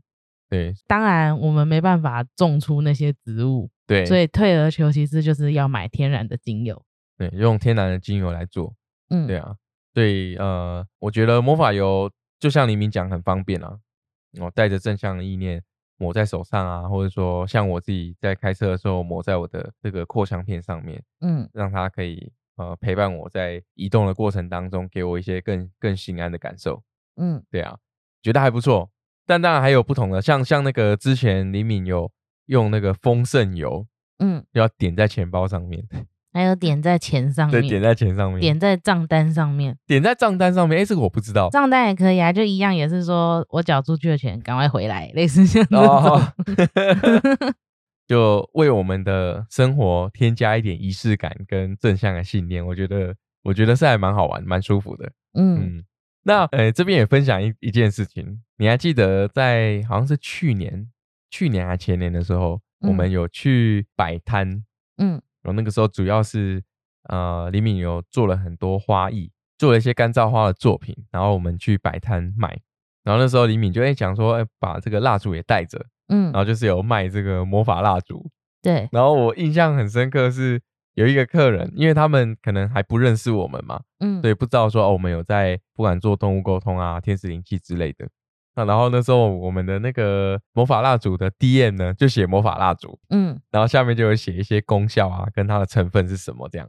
S1: 对
S4: 当然，我们没办法种出那些植物，
S1: 对
S4: 所以退而求其次，就是要买天然的精油。
S1: 对，用天然的精油来做。
S2: 嗯
S1: 对啊，对呃，我觉得魔法油就像黎明讲，很方便啊。我带着正向的意念抹在手上啊，或者说像我自己在开车的时候抹在我的这个扩香片上面。
S2: 嗯
S1: 让它可以呃陪伴我在移动的过程当中，给我一些更更心安的感受。
S2: 嗯
S1: 对啊，觉得还不错。但当然还有不同的，像像那个之前李敏有用那个丰盛油，
S2: 嗯，
S1: 要点在钱包上面，
S2: 还有点在钱
S1: 嗯
S2: 上
S1: 对，
S2: 面，
S1: 点在哦钱上面，
S2: 嗯点在账单上面，
S1: 点在账单上面。哎，这个我不知道。
S2: 账单也可以啊，就一样，也是说我缴出去的钱赶快回来，类似像这种。
S1: 哦， 就为我们的生活添加一点仪式感跟正向的信念，我觉得我觉得是还蛮好玩、蛮舒服的。
S2: 嗯
S1: 嗯，那呃，这边也分享一一件事情，你还记得在好像是去年、去年还前年的时候，我们有去摆摊，
S2: 嗯
S1: 然后那个时候主要是呃，李敏有做了很多花艺，做了一些干燥花的作品，然后我们去摆摊卖。然后那时候李敏就会讲说，哎、把这个蜡烛也带着，
S2: 嗯
S1: 然，后就是有卖这个魔法蜡烛，
S2: 对，
S1: 然后我印象很深刻是有一个客人，因为他们可能还不认识我们嘛，
S2: 嗯
S1: 所以不知道说哦，我们有在不管做动物沟通啊、天使灵气之类的。那然后那时候我们的那个魔法蜡烛的 DM 呢，就写魔法蜡烛，
S2: 嗯
S1: 然后下面就有写一些功效啊，跟它的成分是什么这样。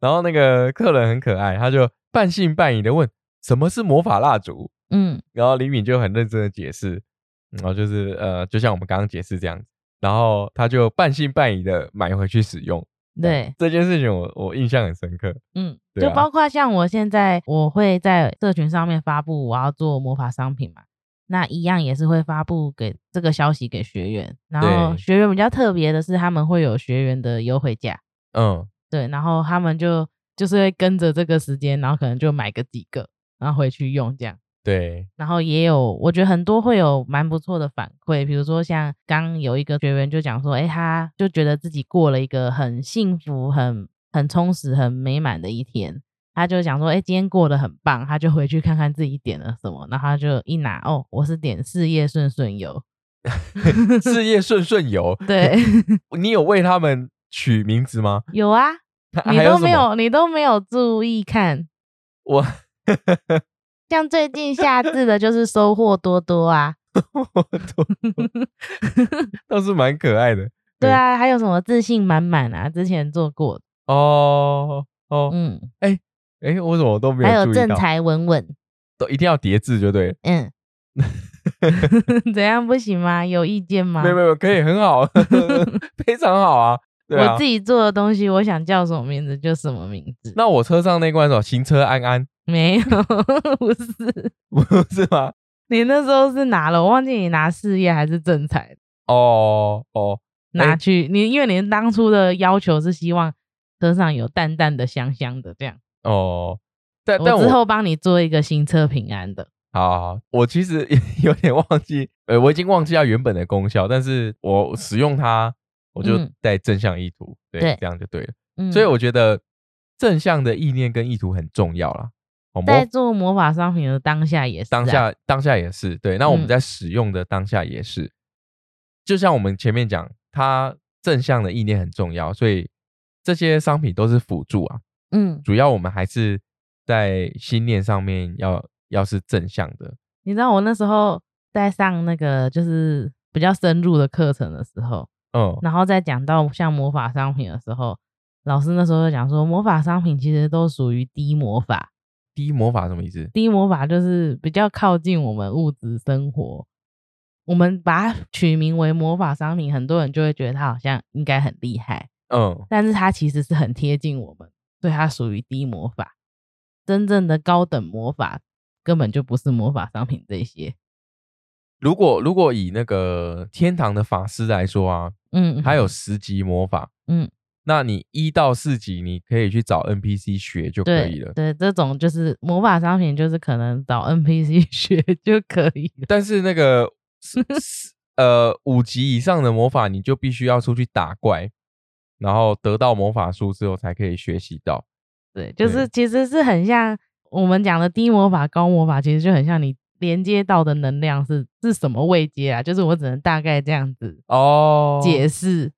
S1: 然后那个客人很可爱，他就半信半疑的问什么是魔法蜡烛，
S2: 嗯
S1: 然后李敏就很认真的解释，然后就是呃，就像我们刚刚解释这样子，然后他就半信半疑的买回去使用。
S2: 对，
S1: 这件事情我我印象很深刻。
S2: 嗯，
S1: 对
S2: 就
S1: 啊
S2: 包括像我现在我会在社群上面发布我要做魔法商品嘛，那一样也是会发布给这个消息给学员，然后
S1: 对
S2: 学员比较特别的是他们会有学员的优惠价，
S1: 嗯，
S2: 对，然后他们就就是会跟着这个时间，然后可能就买个几个，然后回去用这样。
S1: 对，
S2: 然后也有，我觉得很多会有蛮不错的反馈，比如说像刚有一个学员就讲说，哎，他就觉得自己过了一个很幸福、很很充实、很美满的一天。他就想说，哎，今天过得很棒，他就回去看看自己点了什么，然后他就一拿，哦，我是点事业顺 顺油，
S1: 事业顺顺游，
S2: 对，
S1: 你有为他们取名字吗？
S2: 有啊，你
S1: 还什么
S2: 都没，有，你都没有注意看，
S1: 我
S2: 像最近下字的就是收获多多 啊，
S1: 我 都倒是蛮可爱的
S2: 对
S1: 对
S2: 啊，还有什么自信满满啊，之前做过的，
S1: 哦哦，
S2: 嗯，
S1: 哎、我怎么都没
S2: 还有
S1: 注意
S2: 正
S1: 到，
S2: 财稳稳，
S1: 都一定要叠字就对了，
S2: 嗯， 怎样不行吗？有意见吗
S1: 没？有没有，可以很 好，非常好啊，对啊
S2: 我自。己做的东西，我想叫什么名字就什么名字，
S1: 那我车上那罐什么行车安安
S2: 没有， 不是。
S1: 不是吗？
S2: 你那时候是拿了，我忘记你拿事业还是正财
S1: 哦哦，
S2: 拿
S1: 哎
S2: 去。你因为你当初的要求是希望车上有淡淡的、香香的这样。
S1: 哦，但但
S2: 我
S1: 我
S2: 之后帮你做一个新车平安的。
S1: 好好好，我其实 有点忘记，呃，我已经忘记它原本的功效，但是我使用它，我就
S2: 嗯
S1: 带正向意图，对，
S2: 对
S1: 这样就对了。
S2: 嗯，
S1: 所以我觉得正向的意念跟意图很重要啦。哦，魔
S2: 在做魔法商品的当下也是、啊，
S1: 当下当下也是对。那我们
S2: 嗯
S1: 在使用的当下也是，就像我们前面讲，它正向的意念很重要，所以这些商品都是辅助啊。
S2: 嗯，
S1: 主要我们还是在心念上面要要是正向的，
S2: 你知道我那时候在上那个就是比较深入的课程的时候，
S1: 嗯，
S2: 然后再讲到像魔法商品的时候，老师那时候就讲说，魔法商品其实都属于低魔法，
S1: 第一魔法什么意思？
S2: 低魔法就是比较靠近我们物质生活。我们把它取名为魔法商品，很多人就会觉得它好像应该很厉害，
S1: 嗯，
S2: 但是它其实是很贴近我们，所以它属于低魔法。真正的高等魔法根本就不是魔法商品这些。
S1: 如果如果以那个天堂的法师来说啊，
S2: 嗯，
S1: 它有十级魔法，
S2: 嗯，
S1: 那你一到四级你可以去找 NPC 学就可以
S2: 对
S1: 了。
S2: 对，这种就是魔法商品，就是可能找 NPC 学就可以了。
S1: 但是那个是是呃五级以上的魔法，你就必须要出去打怪，然后得到魔法书之后才可以学习到。
S2: 对，就是其实是很像我们讲的低魔法、高魔法，其实就很像你连接到的能量是是什么位阶啊？就是我只能大概这样子
S1: 哦，
S2: 解释。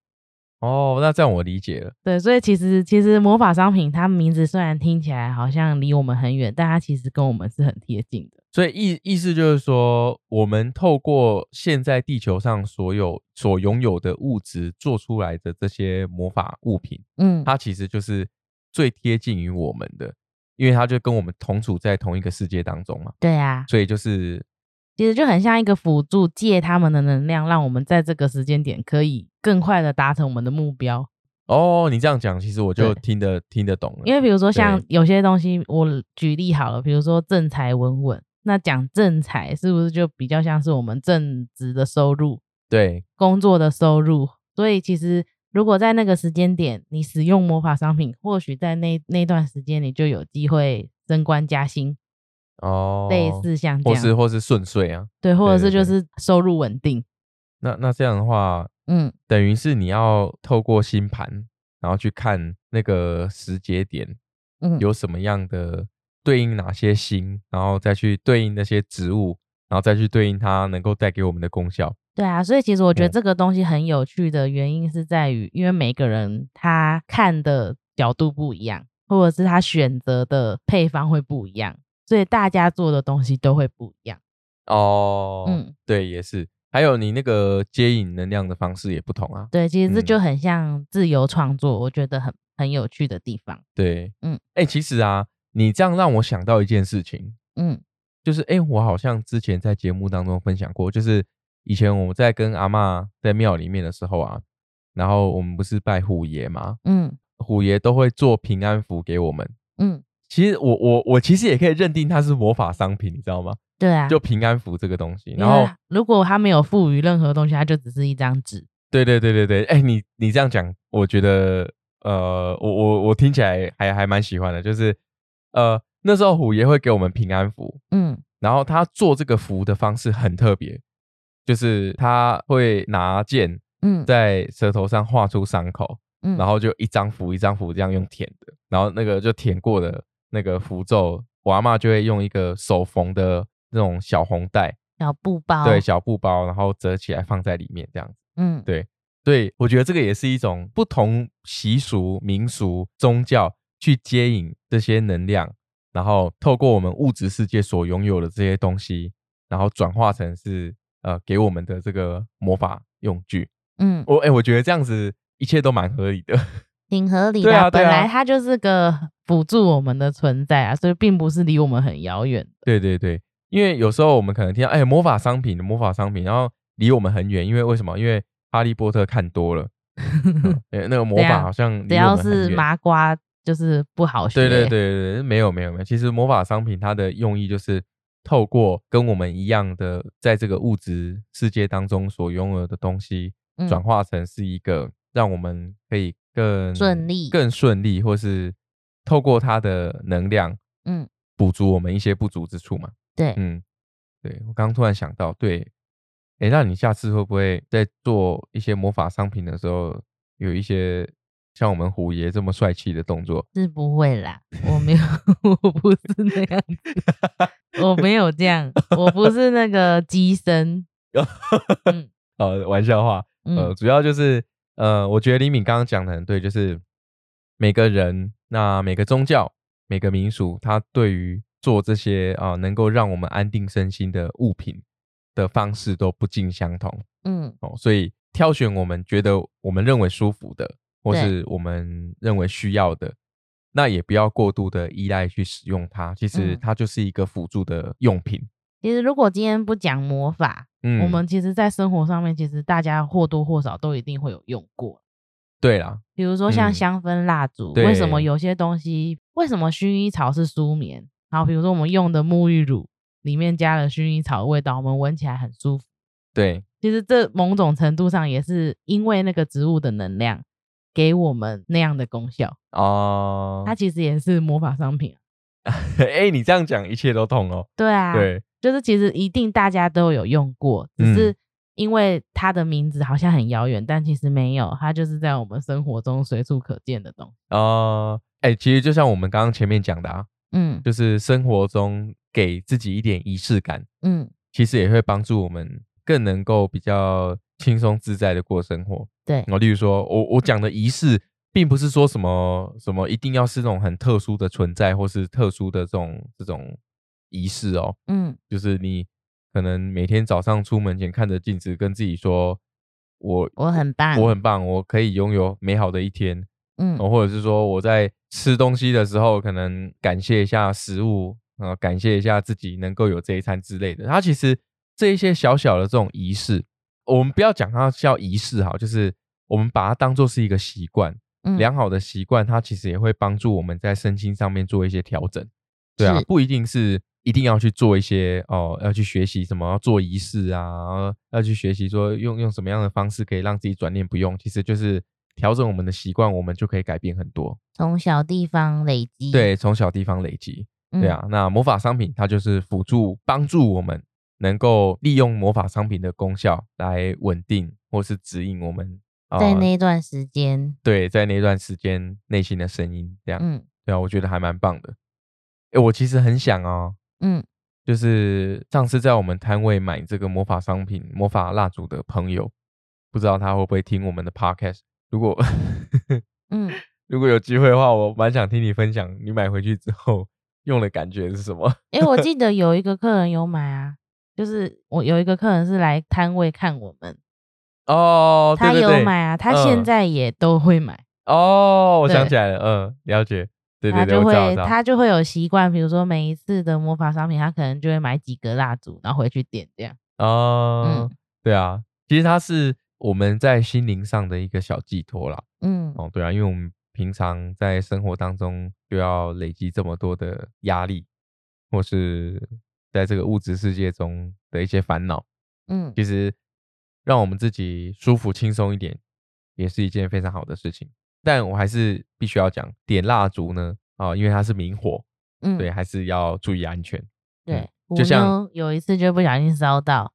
S1: 哦，那这样我理解了。
S2: 对，所以其实其实魔法商品，它名字虽然听起来好像离我们很远，但它其实跟我们是很贴近的。
S1: 所以意意思就是说，我们透过现在地球上所有所拥有的物质做出来的这些魔法物品，
S2: 嗯
S1: 它其实就是最贴近于我们的，因为它就跟我们同处在同一个世界当中嘛。
S2: 对啊，
S1: 所以就是
S2: 其实就很像一个辅助，借他们的能量，让我们在这个时间点可以更快的达成我们的目标。
S1: 哦，你这样讲，其实我就
S2: 对
S1: 听得听得懂了。
S2: 因为比如说像
S1: 对
S2: 有些东西，我举例好了，比如说正财稳稳，那讲正财是不是就比较像是我们正职的收入、
S1: 对，
S2: 工作的收入？所以其实如果在那个时间点你使用魔法商品，或许在那那段时间你就有机会升官加薪，
S1: 哦，
S2: 类，似像这
S1: 或是
S2: 样，
S1: 或是顺遂啊。
S2: 对，或者
S1: 对
S2: 是
S1: 对
S2: 就
S1: 对
S2: 是收入稳定，
S1: 那那这样的话，
S2: 嗯，
S1: 等于是你要透过星盘，然后去看那个时节点，
S2: 嗯
S1: 有什么样的对应哪些星，然后再去对应那些植物，然后再去对应它能够带给我们的功效。
S2: 对啊，所以其实我觉得
S1: 对
S2: 这个东西很有趣的原因是在于，因为每个人他看的角度不一样，或者是他选择的配方会不一样，所以大家做的东西都会不一样。
S1: 哦，
S2: 嗯，
S1: 对，也是。还有你那个接引能量的方式也不同啊。
S2: 对，其实这
S1: 嗯
S2: 就很像自由创作，我觉得很很有趣的地方。
S1: 对，
S2: 嗯，
S1: 哎、其实啊，你这样让我想到一件事情，
S2: 嗯
S1: 就是哎、诶我好像之前在节目当中分享过，就是以前我在跟阿嬷在庙里面的时候啊，然后我们不是拜虎爷嘛，
S2: 嗯
S1: 虎爷都会做平安符给我们。
S2: 嗯，
S1: 其实我我我其实也可以认定它是魔法商品，你知道吗？
S2: 对啊，
S1: 就平安符这个东西。
S2: 因
S1: 然
S2: 为
S1: 后，
S2: 他如果他没有赋予任何东西，他就只是一张纸。
S1: 对对对对对，哎、你你这样讲，我觉得呃，我我我听起来还还蛮喜欢的，就是呃那时候虎爷会给我们平安符，
S2: 嗯
S1: 然后他做这个符的方式很特别，就是他会拿剑
S2: 嗯
S1: 在舌头上画出伤口，
S2: 嗯，
S1: 然后就一张符一张符这样用舔的，然后那个就舔过的那个符咒，我阿嬷就会用一个手缝的那种小红带，
S2: 小布包，
S1: 对，，小布包，然后折起来放在里面这样子。
S2: 嗯
S1: 对对，我觉得这个也是一种不同习俗、民俗、宗教去接引这些能量，然后透过我们物质世界所拥有的这些东西，然后转化成是呃给我们的这个魔法用具。
S2: 嗯，
S1: 我哎、我觉得这样子一切都蛮合理的。
S2: 挺合理
S1: 对
S2: 的啊、
S1: 啊对
S2: 本
S1: 啊
S2: 来它就是个辅助我们的存在啊，所以并不是离我们很遥远。
S1: 对对对，因为有时候我们可能听到哎、魔法商品、魔法商品，然后离我们很远，因为为什么？因为哈利波特看多 了，嗯哎那个魔
S2: 对啊
S1: 法好像
S2: 只
S1: 离我
S2: 要
S1: 们很
S2: 是
S1: 远
S2: 麻瓜，就是不好学。
S1: 对对对，对对，没有没有没有，其实魔法商品它的用意就是透过跟我们一样的，在这个物质世界当中所拥有的东西，
S2: 嗯
S1: 转化成是一个让我们可以更
S2: 顺利
S1: 更顺利，或是透过它的能量，
S2: 嗯，
S1: 补足我们一些不足之处嘛。
S2: 对
S1: 嗯，对我刚刚突然想到，对，哎，那你下次会不会在做一些魔法商品的时候，有一些像我们虎爷这么帅气的动作。
S2: 是不 会啦，我没有，我不是那样子，我没有 这样，我不是那个机身，嗯
S1: 呃，玩笑话，呃，
S2: 嗯
S1: 主要就是呃，我觉得李敏刚刚讲的很对，就是每个人、那每个宗教、每个民俗，它对于做这些啊、能够让我们安定身心的物品的方式都不尽相同
S2: 嗯
S1: 哦，所以挑选我们觉得我们认为舒服的，或
S2: 对
S1: 是我们认为需要的。那也不要过度的依赖去使用它，其实
S2: 嗯
S1: 它就是一个辅助的用品。
S2: 其实如果今天不讲魔法，
S1: 嗯，
S2: 我们其实在生活上面，其实大家或多或少都一定会有用过，
S1: 对啦，
S2: 比如说像
S1: 嗯
S2: 香氛蜡烛，
S1: 对
S2: 为什么有些东西，为什么薰衣草是舒眠？然后比如说我们用的沐浴乳里面加了薰衣草的味道，我们闻起来很舒服。
S1: 对，
S2: 其实这某种程度上也是因为那个植物的能量给我们那样的功效，
S1: 哦、
S2: 它其实也是魔法商品啊、
S1: 哎、你这样讲一切都通哦。
S2: 对啊，，
S1: 对，嗯
S2: 就是其实一定大家都有用过，只是因为它的名字好像很遥远，但其实没有，它就是在我们生活中随处可见的东西。
S1: 呃，哎、其实就像我们刚刚前面讲的啊，
S2: 嗯
S1: 就是生活中给自己一点仪式感，
S2: 嗯，
S1: 其实也会帮助我们更能够比较轻松自在的过生活。
S2: 对
S1: 然后例如说我我讲的仪式，并不是说什么什么一定要是那种很特殊的存在，或是特殊的这种这种仪式哦，
S2: 嗯
S1: 就是你可能每天早上出门前看着镜子，跟自己说。我
S2: 我很棒
S1: 我很棒，我可以拥有美好的一天。
S2: 嗯
S1: 哦，或者是说我在吃东西的时候，可能感谢一下食物，呃，感谢一下自己能够有这一餐之类的。它其实这一些小小的这种仪式，我们不要讲它叫仪式哈，就是我们把它当做是一个习惯，
S2: 嗯
S1: 良好的习惯，它其实也会帮助我们在身心上面做一些调整。对啊
S2: 是，
S1: 不一定是一定要去做一些哦，要去学习什么要做仪式啊，要去学习说用用什么样的方式可以让自己转念不用，其实就是调整我们的习惯，我们就可以改变很多。
S2: 从小地方累积，
S1: 对，从小地方累积。
S2: 嗯
S1: 对啊，那魔法商品它就是辅助帮助我们能够利用魔法商品的功效来稳定或是指引我们。啊
S2: 在那段时间，
S1: 对，在那段时间内心的声音，这样，
S2: 嗯
S1: 对啊，我觉得还蛮棒的。诶，我其实很想哦，
S2: 嗯
S1: 就是上次在我们摊位买这个魔法商品、魔法蜡烛的朋友，不知道他会不会听我们的 podcast？如果
S2: 嗯，
S1: 如果有机会的话，我蛮想听你分享你买回去之后用的感觉是什么。
S2: 诶，我记得有 一个客人有买啊，就是我有一个客人是来摊位看我们，
S1: 哦，对
S2: 他
S1: 对对
S2: 有买啊，他现
S1: 嗯
S2: 在也都会买，
S1: 哦，我想
S2: 对
S1: 起来了，嗯，了解，对对
S2: 他
S1: 对，
S2: 就
S1: 我知道，我
S2: 会
S1: 知道
S2: 他就会有习惯，比如说每一次的魔法商品，他可能就会买几个蜡烛，然后回去点这样。
S1: 哦，
S2: 嗯
S1: 对啊，其实它是我们在心灵上的一个小寄托啦。
S2: 嗯，
S1: 哦，对啊，因为我们平常在生活当中就要累积这么多的压力，或是在这个物质世界中的一些烦恼，
S2: 嗯，
S1: 其实让我们自己舒服轻松一点，也是一件非常好的事情。但我还是必须要讲，点蜡烛呢，啊、因为它是明火，
S2: 嗯
S1: 对，还是要注意安全。
S2: 对，
S1: 就
S2: 我
S1: 像
S2: 呢有一次就不小心烧到，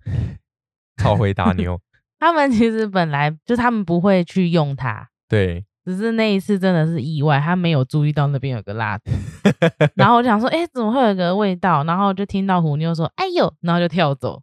S1: 超会打牛，
S2: 他们其实本来就他们不会去用它，
S1: 对，
S2: 只是那一次真的是意外，他没有注意到那边有个蜡烛， 然后我就想说，哎、怎么会有一个味道？然后就听到虎妞说，哎呦，然后就跳走，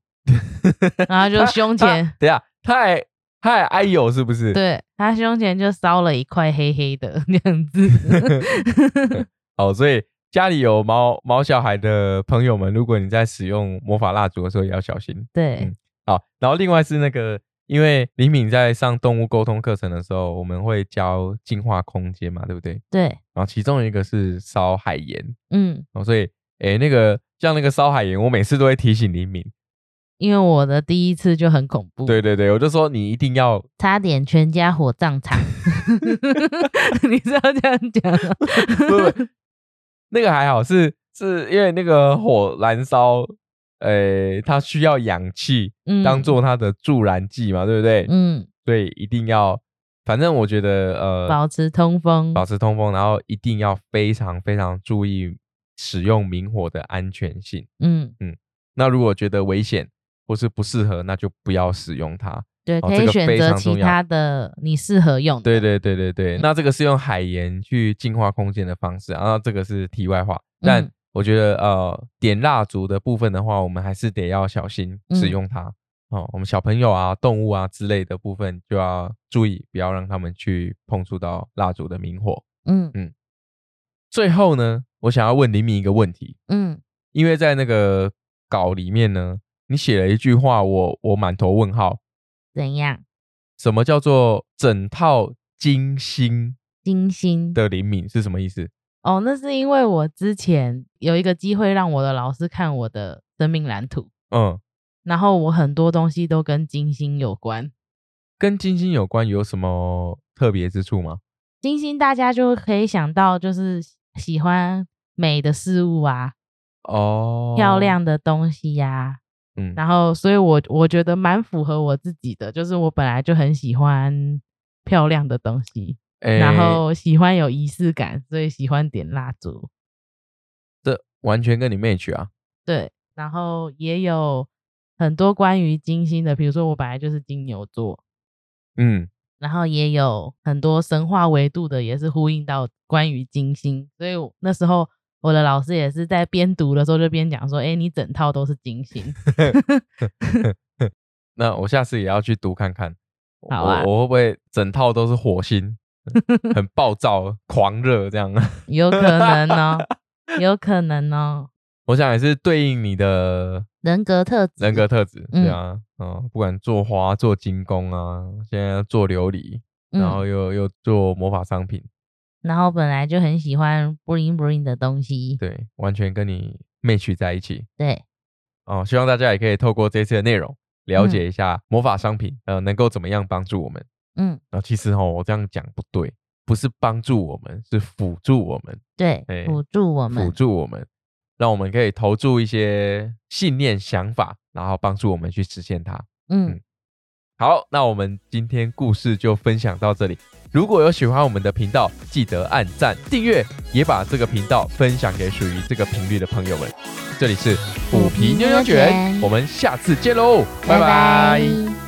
S2: 然后就胸 前，
S1: 对啊，他还他还哎呦，是不是？
S2: 对他胸前就烧了一块黑黑的那 样子，
S1: 哦，所以家里有毛毛小孩的朋友们，如果你在使用魔法蜡烛的时候，也要小心。
S2: 对，
S1: 好，然后另外是那个，因为李敏在上动物沟通课程的时候，我们会教净化空间嘛，对不对？
S2: 对，
S1: 然后其中一个是烧海盐，
S2: 嗯，
S1: 哦，所以诶、那个像那个烧海盐，我每次都会提醒李敏，
S2: 因为我的第一次就很恐怖，
S1: 对对对，我就说你一定要
S2: 差点全家火葬 场， 你是要这样讲啊？
S1: 不不，那个还好，是是因为那个火燃烧，呃，它需要氧气
S2: 嗯
S1: 当做它的助燃剂嘛，对不对？
S2: 嗯，
S1: 所以一定要，反正我觉得呃，
S2: 保持通风，
S1: 保持通风，然后一定要非常非常注意使用明火的安全性。
S2: 嗯，
S1: 那如果觉得危险或是不适合，那就不要使用它。
S2: 对，
S1: 哦
S2: 可
S1: 这
S2: 以
S1: 个
S2: 选
S1: 非
S2: 择
S1: 常
S2: 其
S1: 重要
S2: 他的你适合用的。
S1: 对对对对
S2: 嗯
S1: 对，那这个是用海盐去净化空间的方式啊，那这个是题外话。但
S2: 嗯
S1: 我觉得呃，点蜡烛的部分的话，我们还是得要小心使
S2: 嗯
S1: 用它、哦。我们小朋友啊、动物啊之类的部分就要注意，不要让他们去碰触到蜡烛的明火。
S2: 嗯
S1: 最后呢，我想要问林明一个问题，
S2: 嗯，
S1: 因为在那个稿里面呢，你写了一句话，我我满头问号，
S2: 怎样？
S1: 什么叫做整套金星
S2: 金星
S1: 的灵敏是什么意思？
S2: 哦，那是因为我之前有一个机会让我的老师看我的生命蓝图，
S1: 嗯，
S2: 然后我很多东西都跟金星有关。
S1: 跟金星有关有什么特别之处吗？
S2: 金星大家就可以想到就是喜欢美的事物啊，
S1: 哦，
S2: 漂，亮的东西呀、
S1: 嗯
S2: 然后，所以我我觉得蛮符合我自己的，就是我本来就很喜欢漂亮的东西，
S1: 诶
S2: 然后喜欢有仪式感，所以喜欢点蜡烛。
S1: 这完全跟你 match 啊，
S2: 对，然后也有很多关于金星的，比如说我本来就是金牛座，
S1: 嗯，
S2: 然后也有很多神话维度的，也是呼应到关于金星，所以我那时候我的老师也是在边读的时候就边讲说，哎，你整套都是金星，
S1: 那我下次也要去读看看，
S2: 好啊
S1: 我我会不会整套都是火星， 很暴躁、狂热这样？
S2: 有可能哦，有可能哦，
S1: 我想也是对应你的
S2: 人格特质，
S1: 人格特质，
S2: 嗯
S1: 对啊，嗯，不管做花、做精工啊，现在要做琉璃，
S2: 嗯，
S1: 然后又、又做魔法商品，
S2: 然后本来就很喜欢 bling bling 的东西，
S1: 对，完全跟你 match 在一起
S2: 对，
S1: 哦。希望大家也可以透过这次的内容了解一下魔法商品，呃，能够怎么样帮助我们。
S2: 嗯，
S1: 然后其实哦，我这样讲不对，不是帮助我们，是辅助我们，
S2: 对
S1: 哎，
S2: 辅助我
S1: 辅
S2: 们，
S1: 助我们，让我们可以投注一些信念、想法，然后帮助我们去实现它。嗯
S2: 嗯，
S1: 好，那我们今天故事就分享到这里。如果有喜欢我们的频道，记得按赞、订阅，也把这个频道分享给属于这个频率的朋友们。这里是
S2: 虎
S1: 虎
S2: 皮
S1: 皮
S2: 妞
S1: 妞
S2: 妞
S1: 妞
S2: 卷
S1: 卷，我们下次见喽，拜拜
S2: 拜